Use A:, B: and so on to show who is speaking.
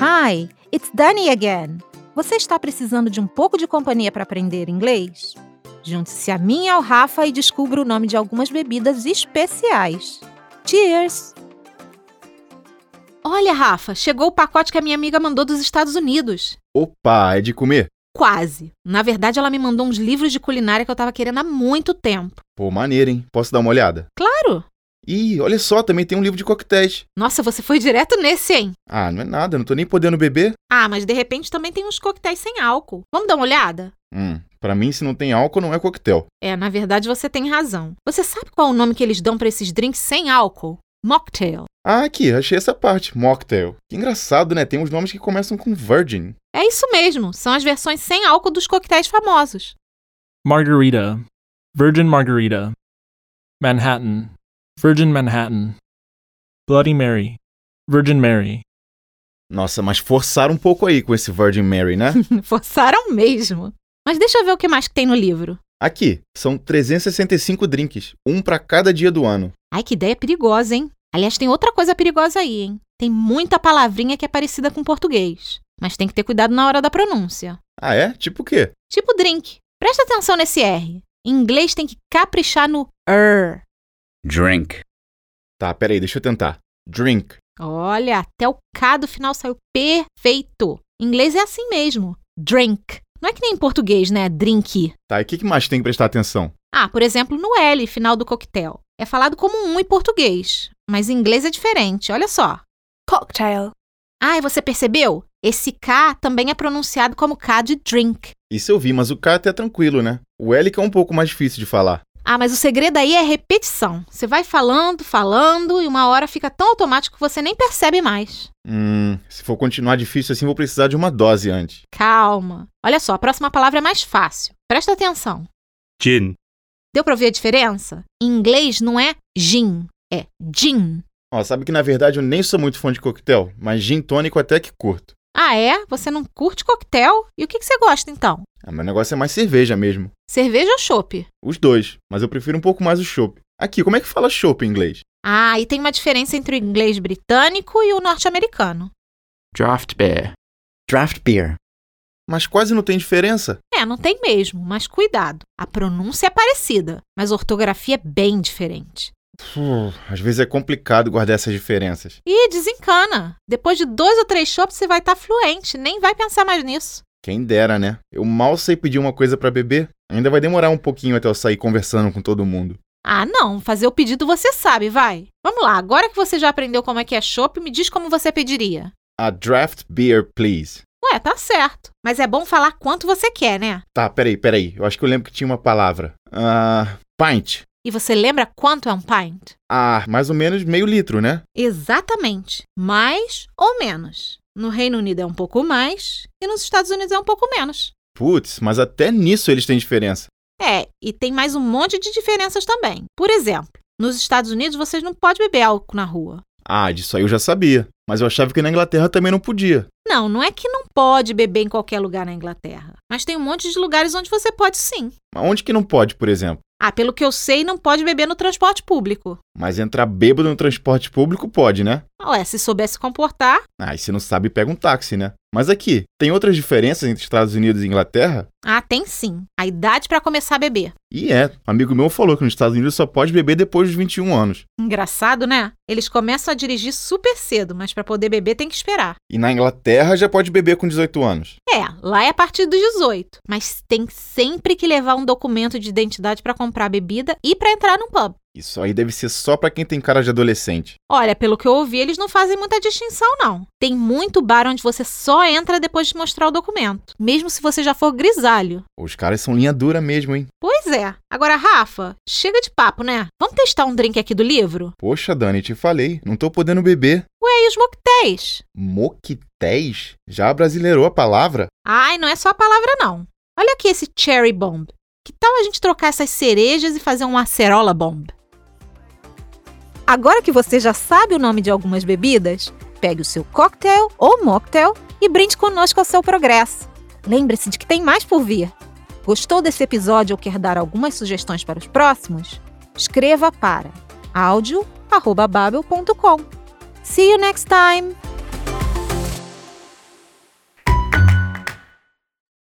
A: Hi, it's Dani again. Você está precisando de um pouco de companhia para aprender inglês? Junte-se a mim e ao Rafa e descubra o nome de algumas bebidas especiais. Cheers! Olha, Rafa, chegou o pacote que a minha amiga mandou dos Estados Unidos.
B: Opa, é de comer?
A: Quase. Na verdade, ela me mandou uns livros de culinária que eu tava querendo há muito tempo.
B: Pô, maneiro, hein? Posso dar uma olhada?
A: Claro!
B: Ih, olha só, também tem um livro de coquetéis.
A: Nossa, você foi direto nesse, hein?
B: Ah, não é nada, não tô nem podendo beber.
A: Ah, mas de repente também tem uns coquetéis sem álcool. Vamos dar uma olhada?
B: Hum, pra mim, se não tem álcool, não é coquetel.
A: É, na verdade você tem razão. Você sabe qual é o nome que eles dão pra esses drinks sem álcool? Mocktail.
B: Ah, aqui, achei essa parte. Mocktail. Que engraçado, né? Tem uns nomes que começam com virgin.
A: É isso mesmo, são as versões sem álcool dos coquetéis famosos.
C: Margarita. Virgin Margarita. Manhattan. Virgin Manhattan. Bloody Mary. Virgin Mary.
B: Nossa, mas forçaram um pouco aí com esse Virgin Mary, né?
A: Forçaram mesmo. Mas deixa eu ver o que mais que tem no livro.
B: Aqui, são 365 drinks, um pra cada dia do ano.
A: Ai, que ideia perigosa, hein? Aliás, tem outra coisa perigosa aí, hein? Tem muita palavrinha que é parecida com português. Mas tem que ter cuidado na hora da pronúncia.
B: Ah, é? Tipo o quê?
A: Tipo drink. Presta atenção nesse R. Em inglês tem que caprichar no er.
D: drink,
B: Tá, peraí, deixa eu tentar. Drink.
A: Olha, até o K do final saiu perfeito. Em inglês é assim mesmo. Drink. Não é que nem em português, né? Drink.
B: Tá, e o que que mais tem que prestar atenção?
A: Ah, por exemplo, no L, final do coquetel. É falado como um em português. Mas em inglês é diferente, olha só.
E: cocktail,
A: Ah, e você percebeu? Esse K também é pronunciado como K de drink.
B: Isso eu vi, mas o K até é tranquilo, né? O L que é um pouco mais difícil de falar.
A: Ah, mas o segredo aí é repetição. Você vai falando, falando, e uma hora fica tão automático que você nem percebe mais.
B: Hum, se for continuar difícil assim, vou precisar de uma dose antes.
A: Calma. Olha só, a próxima palavra é mais fácil. Presta atenção.
D: gin,
A: Deu pra ouvir a diferença? Em inglês não é gin, é gin.
B: Ó, sabe que na verdade eu nem sou muito fã de coquetel, mas gin tônico até que curto.
A: Ah, é? Você não curte coquetel? E o que, que você gosta então?
B: Ah, meu negócio é mais cerveja mesmo.
A: Cerveja ou chopp?
B: Os dois, mas eu prefiro um pouco mais o chopp. Aqui, como é que fala chopp em inglês?
A: Ah, e tem uma diferença entre o inglês britânico e o norte-americano.
F: draft beer,
D: draft beer,
B: Mas quase não tem diferença.
A: É, não tem mesmo, mas cuidado. A pronúncia é parecida, mas a ortografia é bem diferente.
B: Puh, às vezes é complicado guardar essas diferenças.
A: E desencana. Depois de dois ou três chopps, você vai estar fluente, nem vai pensar mais nisso.
B: Quem dera, né? Eu mal sei pedir uma coisa pra beber. Ainda vai demorar um pouquinho até eu sair conversando com todo mundo.
A: Ah, não, fazer o pedido você sabe, vai. Vamos lá, agora que você já aprendeu como é que é chopp, me diz como você pediria.
B: A draft beer, please.
A: Ué, tá certo. Mas é bom falar quanto você quer, né?
B: Tá, peraí, peraí. Eu acho que eu lembro que tinha uma palavra. Ah. pint.
A: E você lembra quanto é um pint?
B: Ah, mais ou menos meio litro, né?
A: Exatamente. Mais ou menos. No Reino Unido é um pouco mais e nos Estados Unidos é um pouco menos.
B: Putz, mas até nisso eles têm diferença.
A: É, e tem mais um monte de diferenças também. Por exemplo, nos Estados Unidos vocês não podem beber álcool na rua.
B: Ah, disso aí eu já sabia. Mas eu achava que na Inglaterra também não podia.
A: Não, não é que não pode beber em qualquer lugar na Inglaterra, mas tem um monte de lugares onde você pode sim.
B: Mas onde que não pode, por exemplo?
A: Ah, pelo que eu sei, não pode beber no transporte público.
B: Mas entrar bêbado no transporte público pode, né?
A: Ué, é, se souber se comportar.
B: Ah, e se não sabe, pega um táxi, né? Mas aqui, tem outras diferenças entre Estados Unidos e Inglaterra?
A: Ah, tem sim. A idade pra começar a beber.
B: E é. Um amigo meu falou que nos Estados Unidos só pode beber depois dos 21 anos.
A: Engraçado, né? Eles começam a dirigir super cedo, mas pra poder beber tem que esperar.
B: E na Inglaterra já pode beber com 18 anos.
A: É, lá é a partir dos 18, mas tem sempre que levar um documento de identidade pra comprar bebida e pra entrar num pub.
B: Isso aí deve ser só pra quem tem cara de adolescente.
A: Olha, pelo que eu ouvi, eles não fazem muita distinção, não. Tem muito bar onde você só entra depois de mostrar o documento, mesmo se você já for grisalho.
B: Os caras são linha dura mesmo, hein?
A: Pois é. Agora, Rafa, chega de papo, né? Vamos testar um drink aqui do livro?
B: Poxa, Dani, te falei. Não tô podendo beber.
A: Ué, e os moquetéis?
B: Moquetéis? Já brasileirou a palavra?
A: Ai, não é só a palavra, não. Olha aqui esse cherry bomb. Que tal a gente trocar essas cerejas e fazer um acerola bomb? Agora que você já sabe o nome de algumas bebidas, pegue o seu cocktail ou mocktail e brinde conosco ao seu progresso. Lembre-se de que tem mais por vir. Gostou desse episódio ou quer dar algumas sugestões para os próximos? Escreva para audio@babel.com. See you next time!